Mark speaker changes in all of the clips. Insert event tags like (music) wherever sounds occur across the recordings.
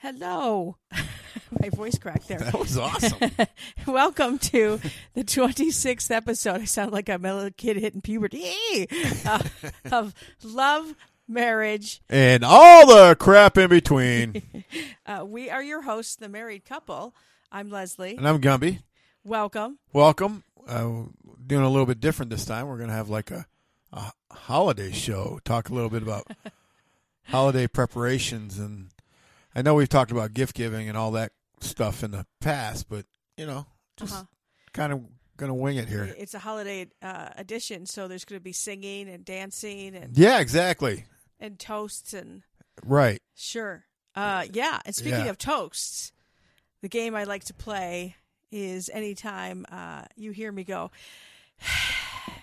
Speaker 1: Hello. (laughs) My voice cracked there. (laughs)
Speaker 2: (laughs) That was awesome.
Speaker 1: Welcome to the 26th episode. I sound like I'm a little kid hitting puberty (laughs) uh, of Love, Marriage.
Speaker 2: and all the crap
Speaker 1: (laughs)
Speaker 2: in between.
Speaker 1: Uh, we are your hosts, The Married Couple. I'm Leslie.
Speaker 2: And I'm Gumby.
Speaker 1: Welcome.
Speaker 2: Welcome. Uh, doing a little bit different this time. We're going to have like a, a holiday show. Talk a little
Speaker 1: (laughs)
Speaker 2: bit about holiday preparations. And I know we've talked about gift giving and all that stuff in the past, but, you know, just
Speaker 1: Uh-huh.
Speaker 2: kind of going to wing it here.
Speaker 1: It's a holiday uh, edition, so there's going to be singing and dancing and,
Speaker 2: Yeah, exactly.
Speaker 1: and toasts and
Speaker 2: Right.
Speaker 1: Sure. Uh, yeah. And speaking
Speaker 2: Yeah.
Speaker 1: of toasts, the game I like to play is anytime uh, you hear me go, (sighs)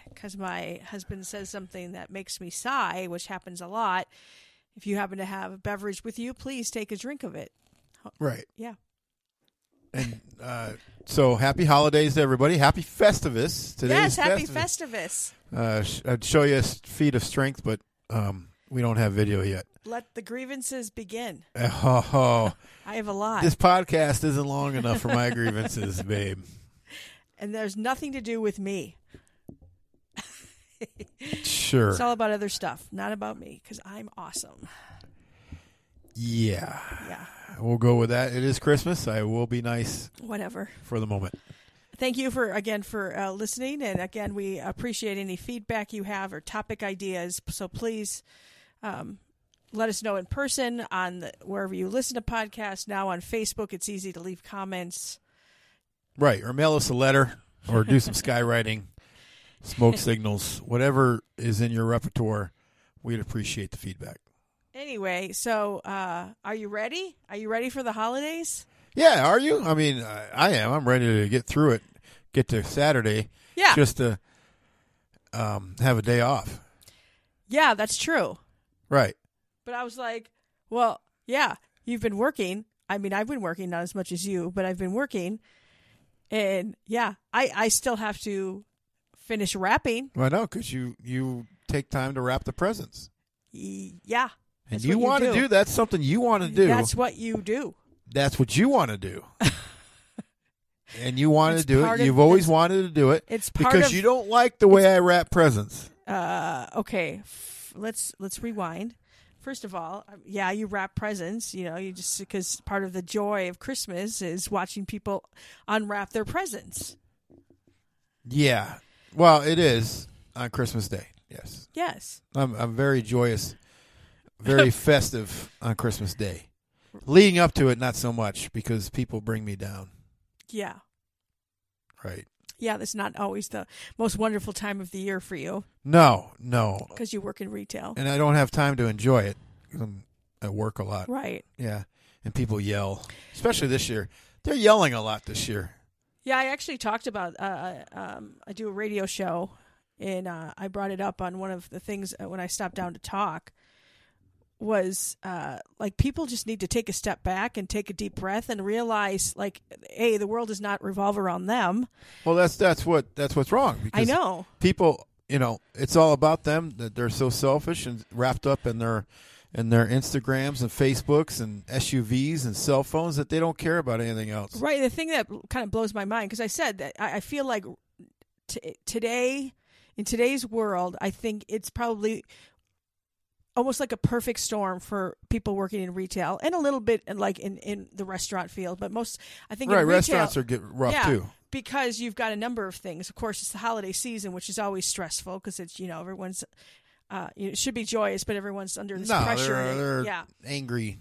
Speaker 1: because my husband says something that makes me sigh, which happens a lot. If you happen to have a beverage with you, please take a drink of it.
Speaker 2: Right.
Speaker 1: Yeah.
Speaker 2: And uh, so happy holidays to everybody. Happy Festivus. Today
Speaker 1: yes.
Speaker 2: is
Speaker 1: Happy
Speaker 2: Festivus.
Speaker 1: Festivus.
Speaker 2: Uh, sh- I'd show you a s- feat of strength, but um, we don't have video yet. (laughs)
Speaker 1: Let the grievances begin.
Speaker 2: Oh,
Speaker 1: I have a lot.
Speaker 2: this podcast isn't long enough for my grievances, (laughs) babe.
Speaker 1: and there's nothing to do with me.
Speaker 2: Sure.
Speaker 1: It's all about other stuff, not about me, because I'm awesome.
Speaker 2: yeah,
Speaker 1: Yeah.
Speaker 2: we'll go with that. It is Christmas. I will be nice
Speaker 1: Whatever.
Speaker 2: for the moment.
Speaker 1: Thank you for again for uh, listening, and again we appreciate any feedback you have or topic ideas. So please um, let us know in person on the, wherever you listen to podcasts. Now on Facebook, it's easy to leave comments.
Speaker 2: Right. Or mail us a letter or do some skywriting, smoke signals, whatever is in your repertoire. We'd appreciate the feedback.
Speaker 1: Anyway, so uh, are you ready? Are you ready for the holidays?
Speaker 2: Yeah, are you? I mean, I, I am. I'm ready to get through it, get to Saturday,
Speaker 1: Yeah,
Speaker 2: just to um, have a day off.
Speaker 1: yeah, that's true.
Speaker 2: Right.
Speaker 1: But I was like, well, yeah, you've been working. I mean, I've been working not as much as you, but I've been working, and yeah, I I still have to finish wrapping.
Speaker 2: Well, no, because you you take time to wrap the presents,
Speaker 1: Y- Yeah.
Speaker 2: and
Speaker 1: That's
Speaker 2: you
Speaker 1: what
Speaker 2: want to do. that's something you want to do.
Speaker 1: That's what you do.
Speaker 2: That's what you want
Speaker 1: (laughs)
Speaker 2: to do, and you want
Speaker 1: It's
Speaker 2: to do
Speaker 1: part
Speaker 2: it.
Speaker 1: of-
Speaker 2: You've always
Speaker 1: it's-
Speaker 2: wanted to do it.
Speaker 1: it's part
Speaker 2: because
Speaker 1: of-
Speaker 2: you don't like the way I wrap presents.
Speaker 1: Uh, okay, f- let's let's rewind. First of all, um, yeah, you wrap presents. You know, you just because part of the joy of Christmas is watching people unwrap their presents.
Speaker 2: Yeah. Well, it is on Christmas Day. Yes,
Speaker 1: Yes,
Speaker 2: I'm I'm very joyous,
Speaker 1: (laughs)
Speaker 2: very festive on Christmas Day. Leading up to it, not so much because people bring me down.
Speaker 1: yeah,
Speaker 2: Right.
Speaker 1: yeah. That's not always the most wonderful time of the year for you
Speaker 2: No, no,
Speaker 1: because you work in retail,
Speaker 2: and I don't have time to enjoy it. 'cause I'm at work a lot.
Speaker 1: right?
Speaker 2: Yeah, and people yell, especially this year. They're yelling a lot this year.
Speaker 1: Yeah, I actually talked about. Uh, um, I do a radio show, and uh, I brought it up on one of the things uh, when I stopped down to talk. Was uh, like people just need to take a step back and take a deep breath and realize, like, a the world does not revolve around them.
Speaker 2: Well, that's that's what that's what's wrong. Because
Speaker 1: I know.
Speaker 2: people. You know, it's all about them. That they're so selfish and wrapped up in their in their Instagrams and Facebooks and SUVs and cell phones that they don't care about anything else.
Speaker 1: Right. The thing that kind of blows my mind because I said that I, I feel like t- today, in today's world, I think it's probably almost like a perfect storm for people working in retail and a little bit in, like in, in the restaurant field. But most, I think, in
Speaker 2: Right,
Speaker 1: retail-
Speaker 2: restaurants are get rough
Speaker 1: yeah,
Speaker 2: too.
Speaker 1: because you've got a number of things. Of course, it's the holiday season, which is always stressful because it's you know everyone's. Uh, you know, it should be joyous, but everyone's under this
Speaker 2: No,
Speaker 1: pressure.
Speaker 2: they're, they're
Speaker 1: yeah,
Speaker 2: angry.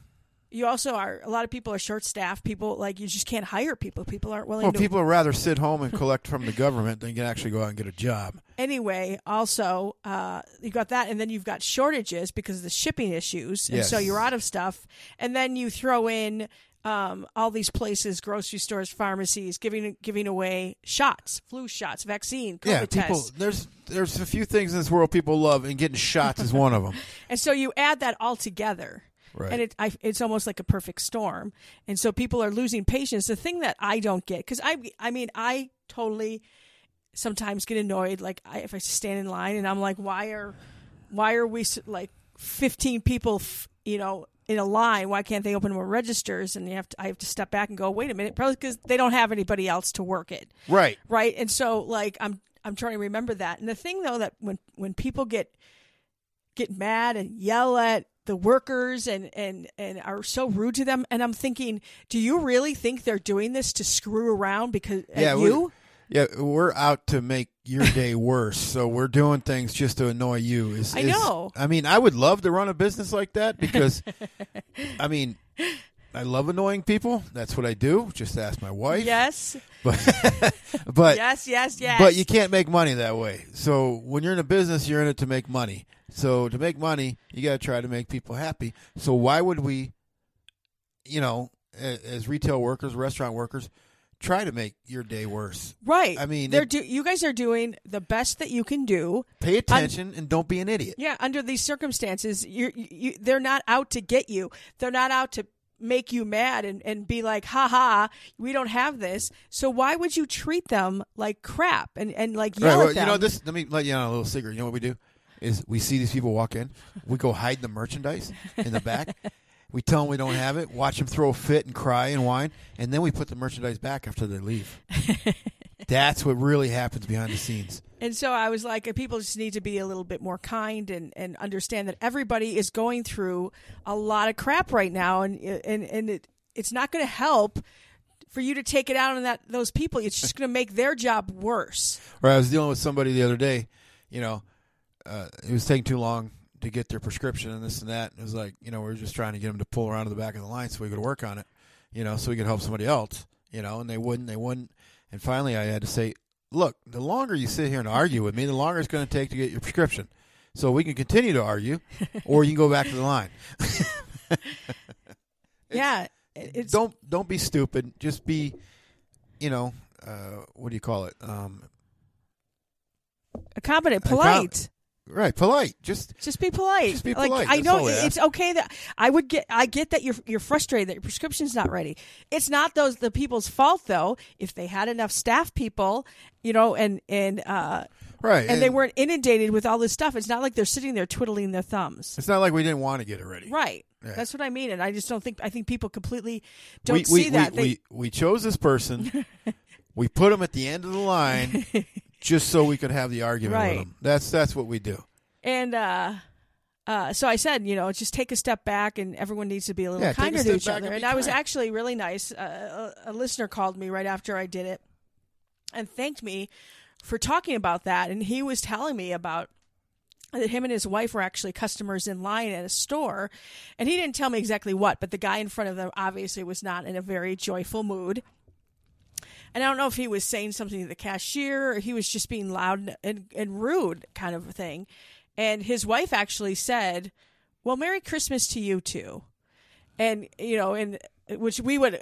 Speaker 1: you also are a lot of people are short staffed. People like you just can't hire people. People aren't willing
Speaker 2: Well,
Speaker 1: to
Speaker 2: people would rather sit home and collect from the government than can actually go out and get a job.
Speaker 1: anyway, also uh, you got that, and then you've got shortages because of the shipping issues, and so
Speaker 2: Yes.
Speaker 1: you're out of stuff, and then you throw in um, all these places, grocery stores, pharmacies, giving giving away shots, flu shots, vaccine, COVID
Speaker 2: yeah, people.
Speaker 1: tests,
Speaker 2: There's there's a few things in this world people love, and getting shots is one of them.
Speaker 1: and so you add that all together.
Speaker 2: Right.
Speaker 1: And it, I, it's almost like a perfect storm, and so people are losing patience. The thing that I don't get, because I, I mean, I totally sometimes get annoyed like I, if i stand in line and i'm like why are why are we s- like 15 people f- you know in a line why can't they open more registers and you have to i have to step back and go wait a minute probably because they don't have anybody else to work it
Speaker 2: Right.
Speaker 1: right and so like i'm i'm trying to remember that and the thing though that when when people get get mad and yell at the workers and and and are so rude to them and i'm thinking do you really think they're doing this to screw around because at
Speaker 2: yeah,
Speaker 1: you
Speaker 2: We're, yeah, we're out to make your day worse, so we're doing things just to annoy you. Is,
Speaker 1: I
Speaker 2: is-
Speaker 1: know.
Speaker 2: I mean, I would love to run a business like that
Speaker 1: (laughs)
Speaker 2: because, I mean, I love annoying people. That's what I do. Just ask my wife.
Speaker 1: yes
Speaker 2: But, (laughs) but,
Speaker 1: yes, yes, yes.
Speaker 2: but you can't make money that way. So when you're in a business, you're in it to make money. So to make money, you got to try to make people happy. So why would we, you know, a- as retail workers, restaurant workers, try to make your day worse?
Speaker 1: right.
Speaker 2: I mean,
Speaker 1: they're
Speaker 2: it-
Speaker 1: do. You guys are doing the best that you can do.
Speaker 2: Pay attention and don't be an idiot.
Speaker 1: Yeah, under these circumstances, you're, you, you they're not out to get you. They're not out to make you mad and and be like, ha ha, we don't have this. So why would you treat them like crap and and like yell
Speaker 2: well,
Speaker 1: at
Speaker 2: you
Speaker 1: them?
Speaker 2: know this. Let me let you on a little secret. You know what we do is we see these people walk in, we go hide the merchandise in
Speaker 1: (laughs)
Speaker 2: the back. We tell them we don't have it. Watch them throw a fit and cry and whine, and then we put the merchandise back after
Speaker 1: (laughs)
Speaker 2: they leave. That's what really happens behind the scenes.
Speaker 1: And so I was like, people just need to be a little bit more kind and, and understand that everybody is going through a lot of crap right now, and and and it, it's not going to help for you to take it out on that those people. It's just going to make their job worse.
Speaker 2: Or I was dealing with somebody the other day, you know, uh, it was taking too long to get their prescription and this and that. It was like, you know, we were just trying to get them to pull around to the back of the line so we could work on it, you know, so we could help somebody else, you know, and they wouldn't, they wouldn't. And finally I had to say, look, the longer you sit here and argue with me, the longer it's going to take to get your prescription. So we can continue to
Speaker 1: (laughs)
Speaker 2: argue or you can go back to the line.
Speaker 1: yeah, it- (laughs) it's
Speaker 2: (laughs) don't don't be stupid. Just be, you know, uh, what do you call it? Um,
Speaker 1: competent,
Speaker 2: I found-
Speaker 1: polite.
Speaker 2: right, polite. Just
Speaker 1: Just be polite.
Speaker 2: Just be
Speaker 1: Like
Speaker 2: polite.
Speaker 1: I
Speaker 2: That's
Speaker 1: know
Speaker 2: all we
Speaker 1: it-
Speaker 2: ask.
Speaker 1: it's okay that I would get. I get that you're you're frustrated that your prescription's not ready. It's not those the people's fault though. If they had enough staff people, you know, and and uh,
Speaker 2: right,
Speaker 1: and, they weren't inundated with all this stuff. It's not like they're sitting there twiddling their thumbs.
Speaker 2: It's not like we didn't want to get it ready.
Speaker 1: Right.
Speaker 2: Yeah.
Speaker 1: That's what I mean. And I just don't think, I think people completely don't
Speaker 2: we,
Speaker 1: see
Speaker 2: we,
Speaker 1: that.
Speaker 2: We,
Speaker 1: They-
Speaker 2: we, we chose this
Speaker 1: (laughs)
Speaker 2: person. we put him at the end of the line just so we could have the argument
Speaker 1: Right.
Speaker 2: with him. That's that's what we do.
Speaker 1: and, uh, uh, so I said, you know, just take a step back, and everyone needs to be a little
Speaker 2: Yeah, take a
Speaker 1: kinder to
Speaker 2: step
Speaker 1: each
Speaker 2: back
Speaker 1: other.
Speaker 2: and
Speaker 1: And
Speaker 2: be
Speaker 1: I was
Speaker 2: kind.
Speaker 1: actually really nice. Uh, a, a listener called me right after I did it and thanked me for talking about that. And he was telling me about that him and his wife were actually customers in line at a store, and he didn't tell me exactly what, but the guy in front of them obviously was not in a very joyful mood. And I don't know if he was saying something to the cashier or he was just being loud and, and rude, kind of a thing. And his wife actually said, Well, Merry Christmas to you too. And, you know, and which we would,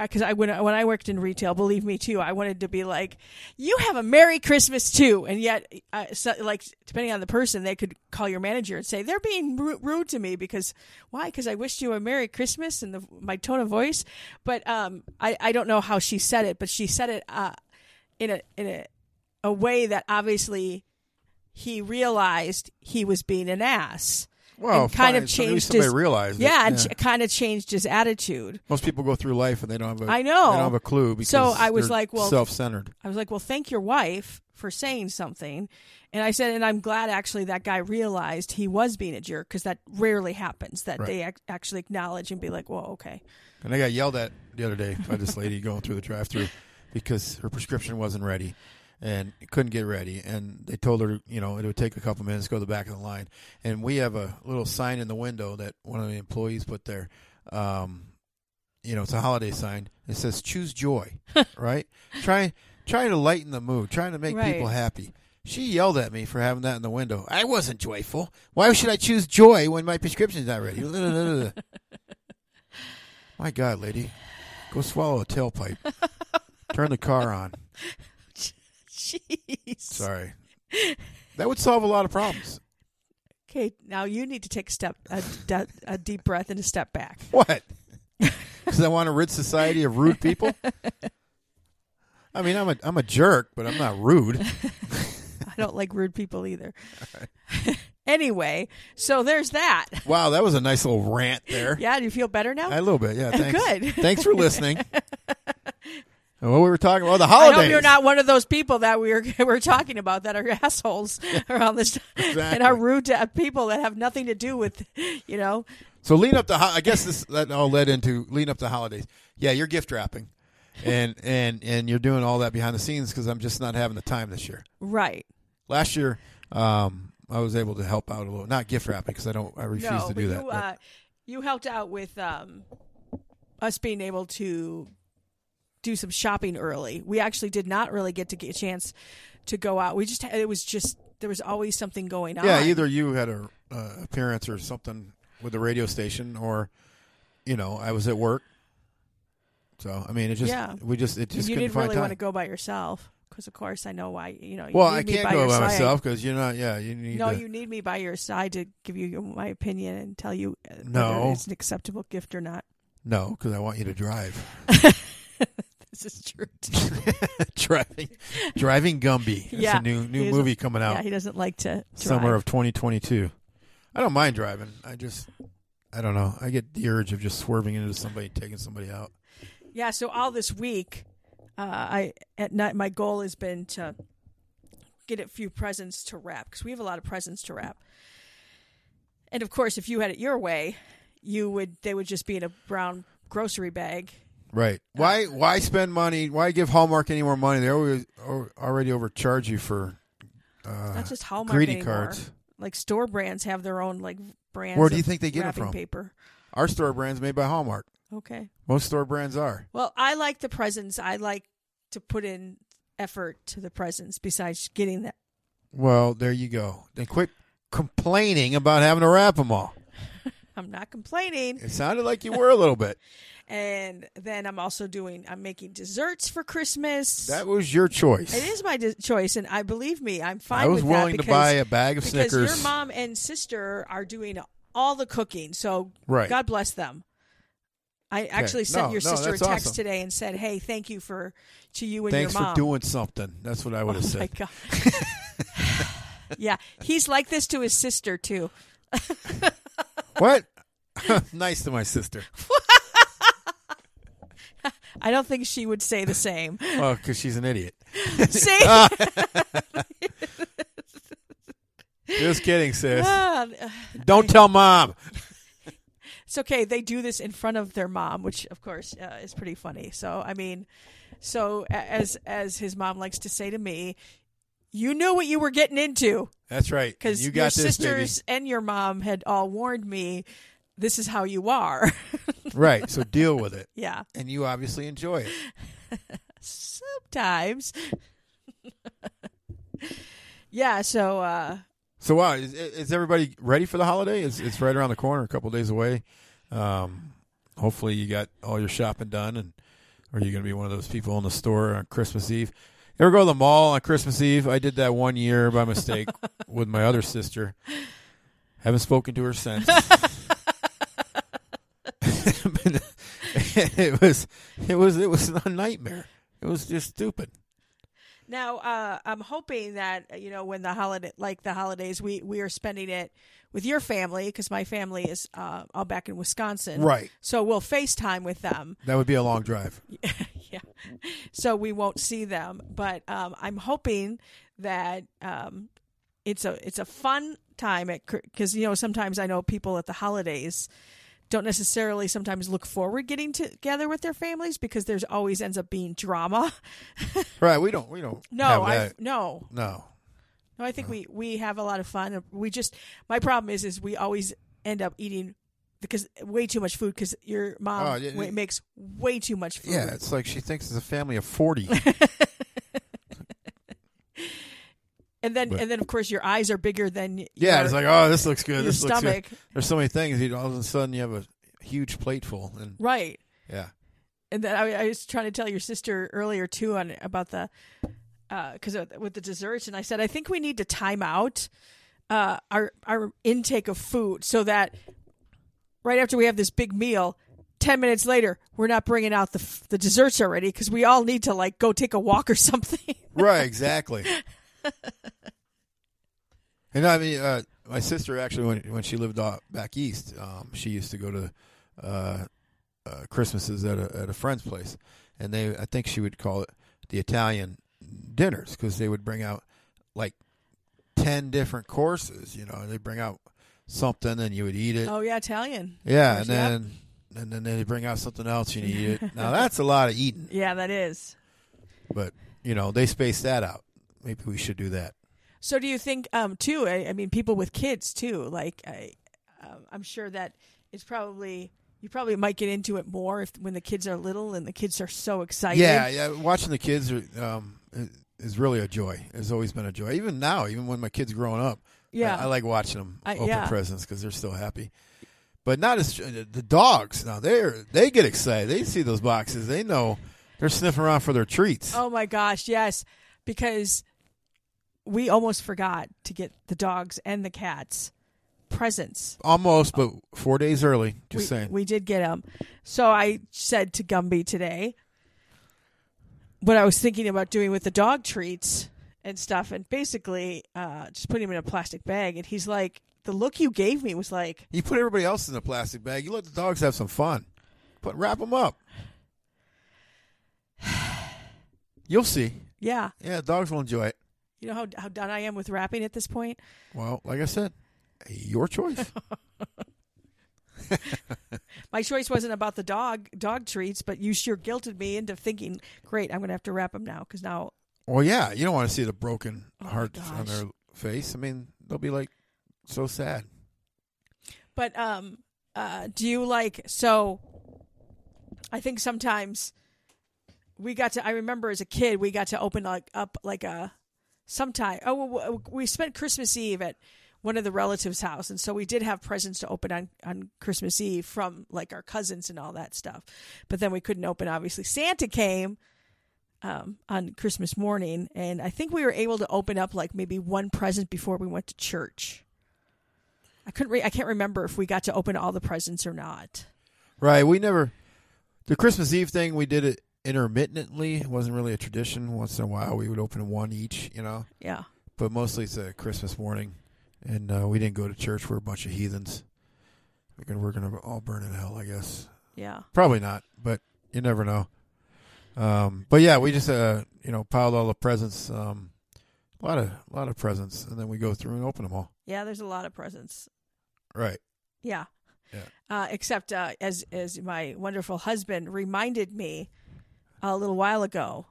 Speaker 1: because I, when, I- when I worked in retail, believe me too, I wanted to be like, You have a Merry Christmas too. And yet, uh, so, like, depending on the person, they could call your manager and say, They're being ru- rude to me because, why? Because I wished you a Merry Christmas and the, my tone of voice. But um, I, I don't know how she said it, but she said it uh, in a, in a, a way that obviously he realized he was being an ass.
Speaker 2: Well,
Speaker 1: and kind
Speaker 2: fine.
Speaker 1: of
Speaker 2: So maybe
Speaker 1: changed
Speaker 2: somebody
Speaker 1: his
Speaker 2: realized it.
Speaker 1: yeah, and
Speaker 2: Yeah.
Speaker 1: ch- kind of changed his attitude.
Speaker 2: Most people go through life and they don't have a
Speaker 1: I know.
Speaker 2: they don't have a clue because
Speaker 1: So I was
Speaker 2: they're
Speaker 1: like, well-
Speaker 2: self-centered.
Speaker 1: I was like, "Well, thank your wife for saying something," and I said, "And I'm glad actually that guy realized he was being a jerk because that rarely happens that
Speaker 2: Right.
Speaker 1: they ac- actually acknowledge and be like, well, okay,
Speaker 2: And I got yelled at the other day by this lady (laughs) going through the drive-through because her prescription wasn't ready and couldn't get ready and they told her, you know, it would take a couple minutes go to the back of the line. And we have a little sign in the window that one of the employees put there um, you know, it's a holiday sign. It says "Choose joy," right? Try trying to lighten the mood, trying to make
Speaker 1: Right.
Speaker 2: people happy. She yelled at me for having that in the window. I wasn't joyful. Why should I choose joy when my prescription's not ready? my God, lady, go swallow a tailpipe. Turn the car on.
Speaker 1: Jeez. (laughs)
Speaker 2: Sorry. That would solve a lot of problems.
Speaker 1: Okay, now you need to take a step, a, de- a deep breath, and a step back.
Speaker 2: What? Because I want to rid society of rude people. I mean, I'm a I'm a jerk, but I'm not rude.
Speaker 1: I don't like rude people
Speaker 2: (laughs)
Speaker 1: either. (laughs) anyway, so there's that.
Speaker 2: Wow, that was a nice little rant there.
Speaker 1: Yeah, do you feel better now?
Speaker 2: A little bit, yeah. Thanks.
Speaker 1: Good.
Speaker 2: Thanks for
Speaker 1: (laughs)
Speaker 2: listening. And what we were talking about the
Speaker 1: I
Speaker 2: holidays.
Speaker 1: hope you're not one of those people that we are we're (laughs) talking about that are (laughs) assholes around this and are rude to people that have nothing to do with, you know.
Speaker 2: So lean up the. Ho- I guess this that all led into lean up the holidays. Yeah, you're gift wrapping, and and and you're doing all that behind the scenes because I'm just not having the time this year.
Speaker 1: Right.
Speaker 2: Last year, um, I was able to help out a little, not gift wrapping because I don't, I refuse
Speaker 1: no,
Speaker 2: to
Speaker 1: but
Speaker 2: do
Speaker 1: you
Speaker 2: that. but-
Speaker 1: uh, you helped out with um, us being able to do some shopping early. We actually did not really get to get a chance to go out. We just it was just there was always something going on.
Speaker 2: yeah, either you had a uh, appearance or something with the radio station, or you know, I was at work. So I mean, it just
Speaker 1: Yeah.
Speaker 2: we just it just
Speaker 1: you
Speaker 2: couldn't
Speaker 1: didn't
Speaker 2: find
Speaker 1: really
Speaker 2: time.
Speaker 1: want to go by yourself because, of course, I know why. You know, you
Speaker 2: well,
Speaker 1: need
Speaker 2: I
Speaker 1: me
Speaker 2: can't
Speaker 1: by
Speaker 2: go
Speaker 1: your
Speaker 2: by
Speaker 1: side.
Speaker 2: myself because you're not. Yeah, you need.
Speaker 1: No,
Speaker 2: to,
Speaker 1: you need me by your side to give you my opinion and tell you uh,
Speaker 2: No.
Speaker 1: whether it's an acceptable gift or not. (laughs)
Speaker 2: no, because I want you to drive. (laughs)
Speaker 1: This is true. Too.
Speaker 2: driving, driving Gumby. It's
Speaker 1: Yeah.
Speaker 2: a new new
Speaker 1: He's-
Speaker 2: movie coming out
Speaker 1: yeah, he doesn't like to drive.
Speaker 2: summer of 2022. I don't mind driving. I just I don't know. I get the urge of just swerving into somebody, taking somebody out.
Speaker 1: Yeah, so all this week, uh, I at night my goal has been to get a few presents to wrap because we have a lot of presents to wrap. And of course, if you had it your way, you would they would just be in a brown grocery bag.
Speaker 2: Right. Why why spend money? Why give Hallmark any more money? They always al- already overcharge you for
Speaker 1: It's
Speaker 2: uh,
Speaker 1: Not just Hallmark
Speaker 2: greedy
Speaker 1: anymore.
Speaker 2: cards.
Speaker 1: Like store brands have their own like brands.
Speaker 2: Where do you
Speaker 1: of
Speaker 2: think they get it
Speaker 1: wrapping
Speaker 2: from?
Speaker 1: Paper.
Speaker 2: Our store brand's made by Hallmark.
Speaker 1: Okay.
Speaker 2: Most store brands are.
Speaker 1: Well, I like the presents. I like to put in effort to the presents besides getting that.
Speaker 2: Well, there you go. Then quit complaining about having to wrap them all.
Speaker 1: I'm not complaining.
Speaker 2: It sounded like you were a
Speaker 1: (laughs)
Speaker 2: little bit.
Speaker 1: and then I'm also doing I'm making desserts for Christmas.
Speaker 2: That was your choice.
Speaker 1: it is my de- choice, and I believe me, I'm fine.
Speaker 2: I was
Speaker 1: with
Speaker 2: willing
Speaker 1: that because,
Speaker 2: to buy a bag of
Speaker 1: because
Speaker 2: Snickers.
Speaker 1: your mom and sister are doing all the cooking, so
Speaker 2: Right.
Speaker 1: God bless them. I actually
Speaker 2: No,
Speaker 1: sent your
Speaker 2: no,
Speaker 1: sister a
Speaker 2: that's
Speaker 1: text
Speaker 2: awesome.
Speaker 1: today and said, "Hey, thank you for to you and
Speaker 2: Thanks
Speaker 1: your mom."
Speaker 2: for doing something. That's what I would have
Speaker 1: oh my
Speaker 2: said.
Speaker 1: God. (laughs) yeah, he's like this to his sister too.
Speaker 2: What? (laughs) nice to my sister.
Speaker 1: I don't think she would say the
Speaker 2: (laughs)
Speaker 1: same.
Speaker 2: Oh, because she's an idiot.
Speaker 1: See,
Speaker 2: Just kidding, sis.
Speaker 1: Ah,
Speaker 2: Don't tell mom.
Speaker 1: (laughs) it's okay. They do this in front of their mom, which of course uh, is pretty funny. So I mean, so a- as as his mom likes to say to me, you knew what you were getting into
Speaker 2: That's right. And
Speaker 1: because
Speaker 2: you
Speaker 1: your
Speaker 2: got this, baby.
Speaker 1: sisters and your mom had all warned me. This is how you are. (laughs)
Speaker 2: Right. So deal with it.
Speaker 1: yeah,
Speaker 2: And you obviously enjoy it.
Speaker 1: sometimes. (laughs) yeah. So uh,
Speaker 2: So wow, is, is everybody ready for the holiday? It's, it's right around the corner, a couple days away. Um, hopefully, you got all your shopping done, and are you going to be one of those people in the store on Christmas Eve? You ever go to the mall on Christmas Eve? I did that one year
Speaker 1: (laughs)
Speaker 2: by mistake with my other sister. Haven't spoken to
Speaker 1: (laughs)
Speaker 2: her since. (laughs) it was it was it was a nightmare. It was just stupid.
Speaker 1: Now, uh, I'm hoping that uh, you know when the holiday, like the holidays, we we are spending it with your family because my family is uh, all back in Wisconsin,
Speaker 2: Right.
Speaker 1: So we'll FaceTime with them. (laughs)
Speaker 2: That would be a long drive.
Speaker 1: yeah, so we won't see them, but um, I'm hoping that um, it's a it's a fun time at because you know sometimes I know people at the holidays don't necessarily sometimes look forward getting together with their families because there's always ends up being drama. (laughs)
Speaker 2: Right? We don't. We don't.
Speaker 1: No,
Speaker 2: have
Speaker 1: I
Speaker 2: that.
Speaker 1: no,
Speaker 2: no.
Speaker 1: No,
Speaker 2: Uh-huh.
Speaker 1: I think we we have a lot of fun. We just my problem is is we always end up eating because way too much food because your mom
Speaker 2: Oh, yeah,
Speaker 1: wa-
Speaker 2: yeah.
Speaker 1: makes way too much food.
Speaker 2: Yeah, it's like she thinks it's a family
Speaker 1: (laughs)
Speaker 2: of forty.
Speaker 1: and then
Speaker 2: But-
Speaker 1: and then of course your eyes are bigger than y-
Speaker 2: Yeah,
Speaker 1: your,
Speaker 2: it's like oh, this looks good.
Speaker 1: your
Speaker 2: This looks good.
Speaker 1: stomach,
Speaker 2: There's so many things. You know, all of a sudden you have a huge plateful, and
Speaker 1: right?
Speaker 2: yeah,
Speaker 1: And then I, I was trying to tell your sister earlier too on about the because with the desserts, and I said I think we need to time out uh, our our intake of food so that right after we have this big meal. 10 minutes later we're not bringing out the f- the desserts already because we all need to like go take a walk or (laughs) something
Speaker 2: right, exactly. and I mean, uh, my sister actually, when when she lived out back east, um, she used to go to uh, uh, Christmases at a at a friend's place, and they, I think she would call it the Italian dinners because they would bring out like ten different courses. You know, they bring out something, and you would eat it.
Speaker 1: oh yeah italian
Speaker 2: Yeah,
Speaker 1: Course,
Speaker 2: and
Speaker 1: yep.
Speaker 2: then and then they bring out something else and you
Speaker 1: (laughs)
Speaker 2: eat it. Now that's a lot of eating,
Speaker 1: yeah that is
Speaker 2: but you know they space that out. Maybe we should do that.
Speaker 1: So do you think um too I, I mean people with kids too like I um, I'm sure that it's probably you probably might get into it more if when the kids are little and the kids are so excited.
Speaker 2: yeah, yeah. Watching the kids are, um, i- is really a joy. It's always been a joy. Even now, even when my kids growing up, I-
Speaker 1: Yeah.
Speaker 2: I, like watching them
Speaker 1: I-
Speaker 2: open
Speaker 1: yeah. presents
Speaker 2: presents because they're still happy. But not as uh, the dogs now. They're they get excited. They see those boxes. They know they're sniffing around for their treats.
Speaker 1: Oh my gosh, yes, because we almost forgot to get the dogs and the cats presents.
Speaker 2: Almost, but four days early. Just
Speaker 1: we,
Speaker 2: saying.
Speaker 1: we did get them. So I said to Gumby today what I was thinking about doing with the dog treats and stuff, and basically uh, just putting him in a plastic bag. And he's like, the look you gave me was like,
Speaker 2: You put everybody else in a plastic bag. You let the dogs have some fun. Put wrap them
Speaker 1: (sighs)
Speaker 2: up. You'll see.
Speaker 1: yeah,
Speaker 2: Yeah, dogs will enjoy it.
Speaker 1: you know how how done I am with wrapping at this point.
Speaker 2: Well, like I said, your choice.
Speaker 1: (laughs) My choice wasn't about the dog dog treats, but you sure guilted me into thinking, great, I'm gonna have to wrap him now because now
Speaker 2: well, yeah, you don't want to see the broken
Speaker 1: Oh, my
Speaker 2: heart
Speaker 1: gosh.
Speaker 2: on their face. I mean, they'll be like so sad.
Speaker 1: But um, uh, do you like so? I think sometimes we got to. I remember as a kid, we got to open like up like a sometime. Oh, we- we spent Christmas Eve at one of the relatives' house, and so we did have presents to open on on Christmas Eve from like our cousins and all that stuff. But then we couldn't open. Obviously, Santa came. Um, on Christmas morning, and I think we were able to open up like maybe one present before we went to church. I couldn't. Re- I can't remember if we got to open all the presents or not.
Speaker 2: Right. We never the Christmas Eve thing. We did it intermittently. It wasn't really a tradition. Once in a while, we would open one each. You know,
Speaker 1: Yeah.
Speaker 2: but mostly it's a Christmas morning, and uh, we didn't go to church. We're a bunch of heathens. We're gonna, we're gonna all burn in hell, I guess.
Speaker 1: Yeah.
Speaker 2: Probably not, but you never know. Um, but yeah, we just uh, you know piled all the presents, um, a lot of a lot of presents, and then we go through and open them all.
Speaker 1: Yeah. There's a lot of presents.
Speaker 2: Right.
Speaker 1: Yeah.
Speaker 2: Yeah.
Speaker 1: Uh, except uh, as as my wonderful husband reminded me a little while ago,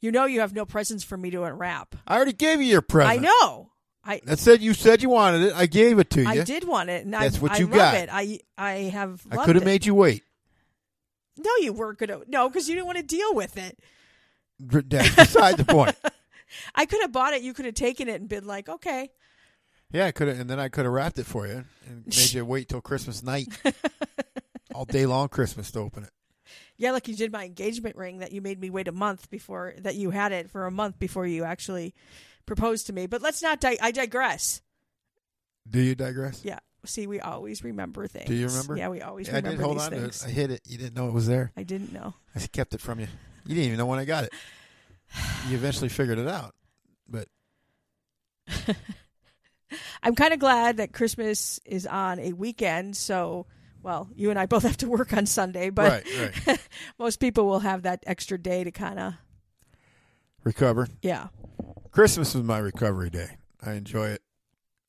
Speaker 1: you know, you have no presents for me to unwrap.
Speaker 2: I already gave you your present.
Speaker 1: I know. I
Speaker 2: That said, you said you wanted it. I gave it to you.
Speaker 1: I did want it, and
Speaker 2: That's
Speaker 1: I,
Speaker 2: what
Speaker 1: I
Speaker 2: you
Speaker 1: love
Speaker 2: got.
Speaker 1: it. I I have. Loved
Speaker 2: I could have
Speaker 1: it.
Speaker 2: made you wait.
Speaker 1: No, you weren't gonna. No, because you didn't want to deal with it.
Speaker 2: That's beside the point. (laughs)
Speaker 1: (laughs) I could have bought it. You could have taken it and been like, okay. (laughs)
Speaker 2: Yeah, I could have, and then I could have wrapped it for you and made you wait till Christmas night, all day long Christmas to open it.
Speaker 1: Yeah, like you did my engagement ring that you made me wait a month before that you had it for a month before you actually proposed to me. But let's not di- I digress.
Speaker 2: Do you digress?
Speaker 1: Yeah. See, we always remember things.
Speaker 2: Do you remember?
Speaker 1: Yeah, we always
Speaker 2: Yeah, I
Speaker 1: remember
Speaker 2: did hold
Speaker 1: these
Speaker 2: on to
Speaker 1: things.
Speaker 2: it. I hid it. You didn't know it was there.
Speaker 1: I didn't know. (laughs)
Speaker 2: I kept it from you. You didn't even know when I got it. You eventually figured it out, but
Speaker 1: I'm kind of glad that Christmas is on a weekend, so well, you and I both have to work on Sunday, (laughs) but
Speaker 2: right, right.
Speaker 1: most people will have that extra day to kind of
Speaker 2: Recover.
Speaker 1: yeah.
Speaker 2: Christmas was my recovery day. I enjoy it.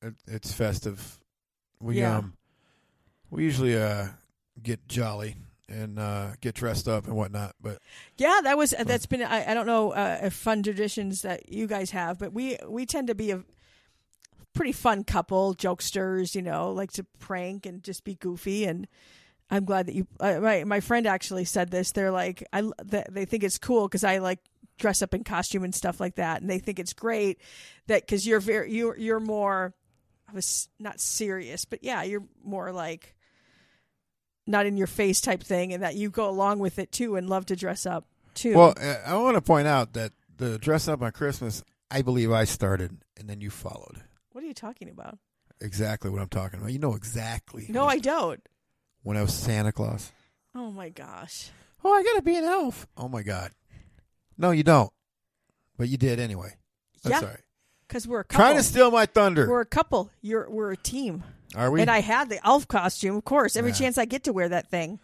Speaker 2: it it's festive. We
Speaker 1: Yeah.
Speaker 2: um, we usually uh get jolly and uh get dressed up and whatnot, but
Speaker 1: Yeah, that was that's been I, I don't know uh, if fun traditions that you guys have, but we we tend to be a pretty fun couple, jokesters, you know, like to prank and just be goofy. And I'm glad that you, uh, my my friend actually said this. They're like, I l- they they think it's cool because I like dress up in costume and stuff like that, and they think it's great that because you're very you are you're more, I was not serious, but yeah, you're more like not in your face type thing, and that you go along with it too and love to dress up too.
Speaker 2: Well, uh, I want to point out that the dress up on Christmas, I believe I started and then you followed.
Speaker 1: what are you talking about?
Speaker 2: Exactly what I'm talking about. You know exactly.
Speaker 1: No, I don't.
Speaker 2: When I was Santa Claus.
Speaker 1: Oh my gosh.
Speaker 2: Oh, I gotta be an elf. Oh my God. No, you don't. But you did anyway. I'm
Speaker 1: Yeah.
Speaker 2: sorry.
Speaker 1: Because we're a couple.
Speaker 2: Trying to steal my thunder.
Speaker 1: We're a couple. You're we're a team.
Speaker 2: Are we?
Speaker 1: and I had the elf costume, of course. Every
Speaker 2: Yeah.
Speaker 1: chance I get to wear that thing,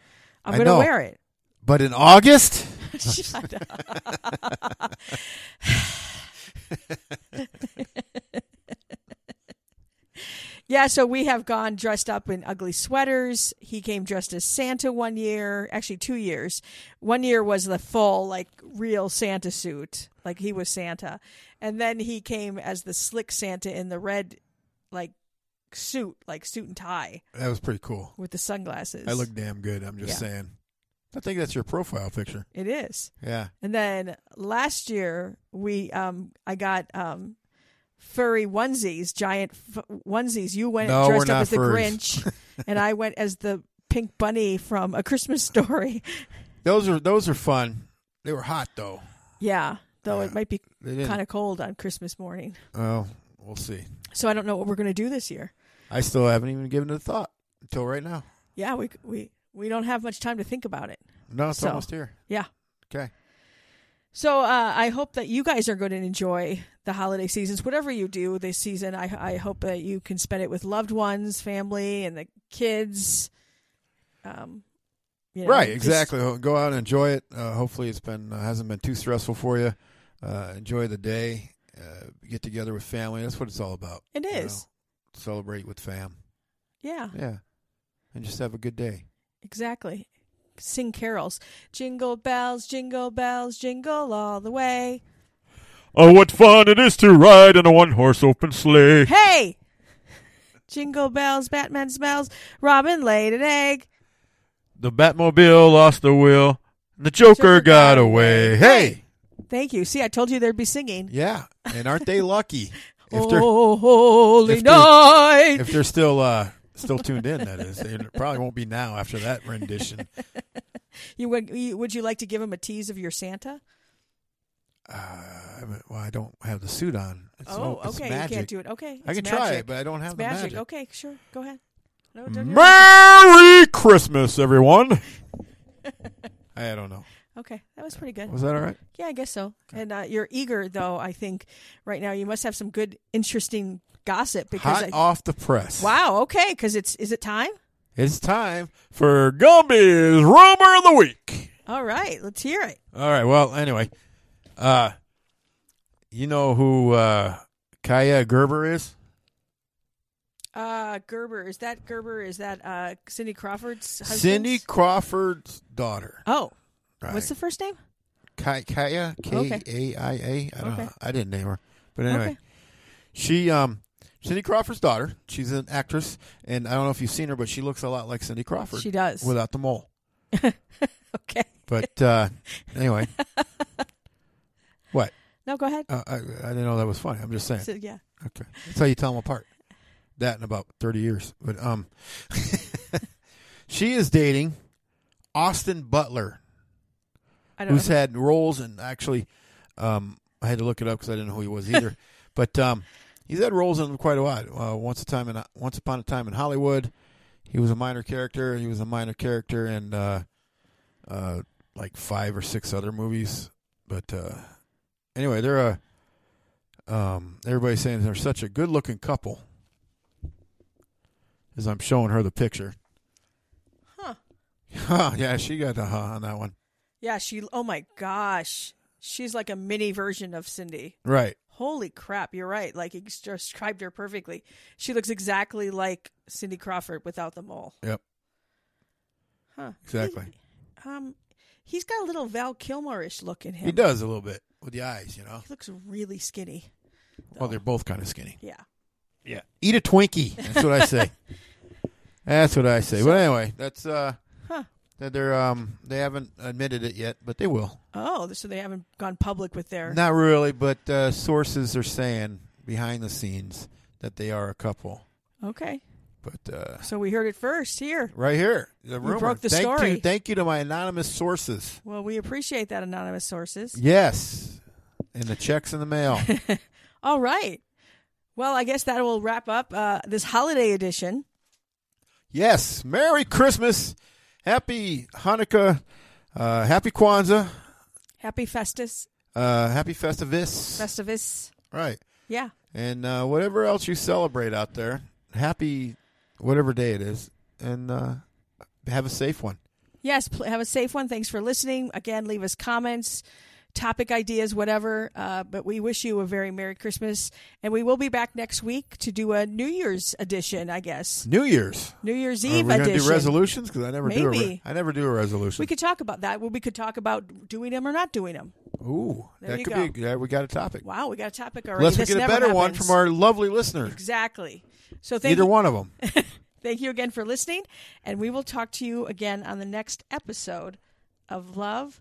Speaker 1: I'm
Speaker 2: I
Speaker 1: going to
Speaker 2: know.
Speaker 1: wear it.
Speaker 2: but in August,
Speaker 1: Shut up. (laughs) yeah, so we have gone dressed up in ugly sweaters. He came dressed as Santa one year, actually two years. One year was the full like real Santa suit, like he was Santa. And then he came as the slick Santa in the red like suit, like suit and tie
Speaker 2: that was pretty cool.
Speaker 1: with the sunglasses.
Speaker 2: I look damn good. I'm just
Speaker 1: Yeah.
Speaker 2: saying. I think that's your profile picture.
Speaker 1: It is.
Speaker 2: Yeah.
Speaker 1: And then last year we um I got um furry onesies, giant f- onesies. You went
Speaker 2: No,
Speaker 1: dressed
Speaker 2: we're
Speaker 1: up
Speaker 2: not
Speaker 1: as the
Speaker 2: furries. (laughs)
Speaker 1: Grinch and I went as the pink bunny from A Christmas Story. (laughs)
Speaker 2: Those are those are fun. They were hot though.
Speaker 1: yeah, though
Speaker 2: Yeah,
Speaker 1: it might be
Speaker 2: They didn't.
Speaker 1: kind of cold on Christmas morning.
Speaker 2: Oh, we'll see.
Speaker 1: So I don't know what we're going to do this year.
Speaker 2: I still haven't even given it a thought until right now.
Speaker 1: Yeah, we we we don't have much time to think about it.
Speaker 2: No, it's
Speaker 1: So-
Speaker 2: almost here.
Speaker 1: Yeah.
Speaker 2: Okay.
Speaker 1: So uh, I hope that you guys are going to enjoy the holiday seasons, whatever you do this season. I I hope that you can spend it with loved ones, family, and the kids. Um, you know,
Speaker 2: right.
Speaker 1: just-
Speaker 2: Exactly. Go out and enjoy it. Uh, hopefully, it's been uh, hasn't been too stressful for you. Uh, enjoy the day. Uh, get together with family. That's what it's all about.
Speaker 1: It
Speaker 2: you
Speaker 1: is.
Speaker 2: know? Celebrate with fam.
Speaker 1: Yeah,
Speaker 2: Yeah. And just have a good day.
Speaker 1: exactly. Sing carols, jingle bells, jingle bells, jingle all the way.
Speaker 2: (laughs)
Speaker 3: Oh, what fun it is to ride in a one horse open sleigh.
Speaker 1: Hey, jingle bells, Batman smells. Robin laid an egg.
Speaker 3: The Batmobile lost the wheel, and the Joker got away. Hey!
Speaker 1: Thank you. See, I told you there'd be singing.
Speaker 2: Yeah. And aren't they lucky?
Speaker 1: (laughs)
Speaker 2: If they're
Speaker 1: Oh, holy
Speaker 2: if they're-
Speaker 1: night.
Speaker 2: if they're still uh, still tuned in, that is. They probably won't be now after
Speaker 1: (laughs)
Speaker 2: that rendition.
Speaker 1: You would you, would you like to give him a tease of your Santa?
Speaker 2: Uh, I mean, well, I don't have the suit on. It's,
Speaker 1: oh,
Speaker 2: it's
Speaker 1: okay,
Speaker 2: magic.
Speaker 1: you can't do it. Okay,
Speaker 2: I
Speaker 1: it's
Speaker 2: can
Speaker 1: magic.
Speaker 2: try it, but I don't have
Speaker 1: it's
Speaker 2: the
Speaker 1: magic.
Speaker 2: magic.
Speaker 1: Okay, sure. Go ahead. No, don't do it.
Speaker 3: Merry Christmas, everyone!
Speaker 2: (laughs) I don't know.
Speaker 1: Okay, that was pretty good.
Speaker 2: Was that all right?
Speaker 1: Yeah, I guess so. And uh, you're eager though. I think right now you must have some good, interesting gossip because
Speaker 2: Hot
Speaker 1: I,
Speaker 2: off the press.
Speaker 1: wow. Okay, because it's is it time?
Speaker 2: It's time.
Speaker 3: For Gumby's Rumor of the Week.
Speaker 1: All right, let's hear it.
Speaker 2: All right. Well, anyway, uh, you know who uh, Kaya Gerber is?
Speaker 1: Uh, Gerber is that Gerber? Is that uh, Cindy Crawford's husband?
Speaker 2: Cindy Crawford's daughter.
Speaker 1: Oh,
Speaker 2: Right.
Speaker 1: what's the first name?
Speaker 2: Ki- Kaya K
Speaker 1: Okay.
Speaker 2: A I A. I don't
Speaker 1: Okay.
Speaker 2: know. I didn't name her, but anyway,
Speaker 1: Okay.
Speaker 2: she um Cindy Crawford's daughter. She's an actress, and I don't know if you've seen her, but she looks a lot like Cindy Crawford.
Speaker 1: She does.
Speaker 2: without the mole.
Speaker 1: (laughs) Okay, (laughs)
Speaker 2: But uh, anyway, what?
Speaker 1: no, go ahead.
Speaker 2: Uh, I, I didn't know that was funny. I'm just saying.
Speaker 1: So, yeah.
Speaker 2: Okay, that's how you tell them apart. That in about thirty years, but um, (laughs) she is dating Austin Butler,
Speaker 1: I don't
Speaker 2: who's
Speaker 1: know.
Speaker 2: had roles and actually, um, I had to look it up because I didn't know who he was either. but um, he's had roles in quite a while. Uh, once a time in Once Upon a Time in Hollywood, he was a minor character. He was a minor character in uh, uh, like five or six other movies. But uh, anyway, they're a um, everybody's saying they're such a good looking couple. As I'm showing her the picture.
Speaker 1: Huh.
Speaker 2: (laughs) yeah, she got a huh on that one.
Speaker 1: Yeah, she. Oh my gosh, she's like a mini version of Cindy.
Speaker 2: Right.
Speaker 1: Holy crap, you're right. Like he just described her perfectly. She looks exactly like Cindy Crawford without the mole.
Speaker 2: Yep.
Speaker 1: Huh.
Speaker 2: Exactly.
Speaker 1: He- um, he's got a little Val Kilmerish look in him.
Speaker 2: He does a little bit with the eyes, you know.
Speaker 1: He looks really skinny.
Speaker 2: Well, they're both kind of skinny.
Speaker 1: Yeah.
Speaker 2: Yeah, eat a Twinkie. That's what I say.
Speaker 1: (laughs)
Speaker 2: That's what I say. but anyway, that's uh,
Speaker 1: Huh.
Speaker 2: that they're um, they haven't admitted it yet, but they will.
Speaker 1: Oh, so they haven't gone public with their.
Speaker 2: Not really, but uh, sources are saying behind the scenes that they are a couple.
Speaker 1: Okay,
Speaker 2: But uh,
Speaker 1: so we heard it first here.
Speaker 2: right here, the rumor.
Speaker 1: broke the
Speaker 2: thank You,
Speaker 1: story.
Speaker 2: thank you to my anonymous sources.
Speaker 1: Well, we appreciate that anonymous sources.
Speaker 2: Yes, and the checks in the mail.
Speaker 1: (laughs) All right. Well, I guess that will wrap up uh, this holiday edition.
Speaker 2: Yes. Merry Christmas. Happy Hanukkah. Uh, happy Kwanzaa.
Speaker 1: Happy Festus,
Speaker 2: Uh, happy Festivus.
Speaker 1: Festivus.
Speaker 2: right.
Speaker 1: Yeah.
Speaker 2: And uh, whatever else you celebrate out there, happy whatever day it is. And uh, have a safe one.
Speaker 1: Yes. Pl- have a safe one. Thanks for listening. Again, leave us comments, topic ideas, whatever. Uh, but we wish you a very Merry Christmas. And we will be back next week to do a New Year's edition, I guess.
Speaker 2: New Year's.
Speaker 1: New Year's
Speaker 2: Are we
Speaker 1: Eve
Speaker 2: Uh, gonna
Speaker 1: edition.
Speaker 2: do resolutions? Because I never do. A re-
Speaker 1: Maybe.
Speaker 2: I never do a resolution.
Speaker 1: we could talk about that. Well, we could talk about doing them or not doing them.
Speaker 2: Ooh,
Speaker 1: There
Speaker 2: that
Speaker 1: you
Speaker 2: could
Speaker 1: go.
Speaker 2: be. A, yeah, we got a topic.
Speaker 1: Wow, we got a topic already.
Speaker 2: Unless we
Speaker 1: This
Speaker 2: get a
Speaker 1: never
Speaker 2: better one
Speaker 1: happens.
Speaker 2: from our lovely listener.
Speaker 1: Exactly. So thank
Speaker 2: Either
Speaker 1: you.
Speaker 2: one of them.
Speaker 1: Thank you again for listening, and we will talk to you again on the next episode of Love,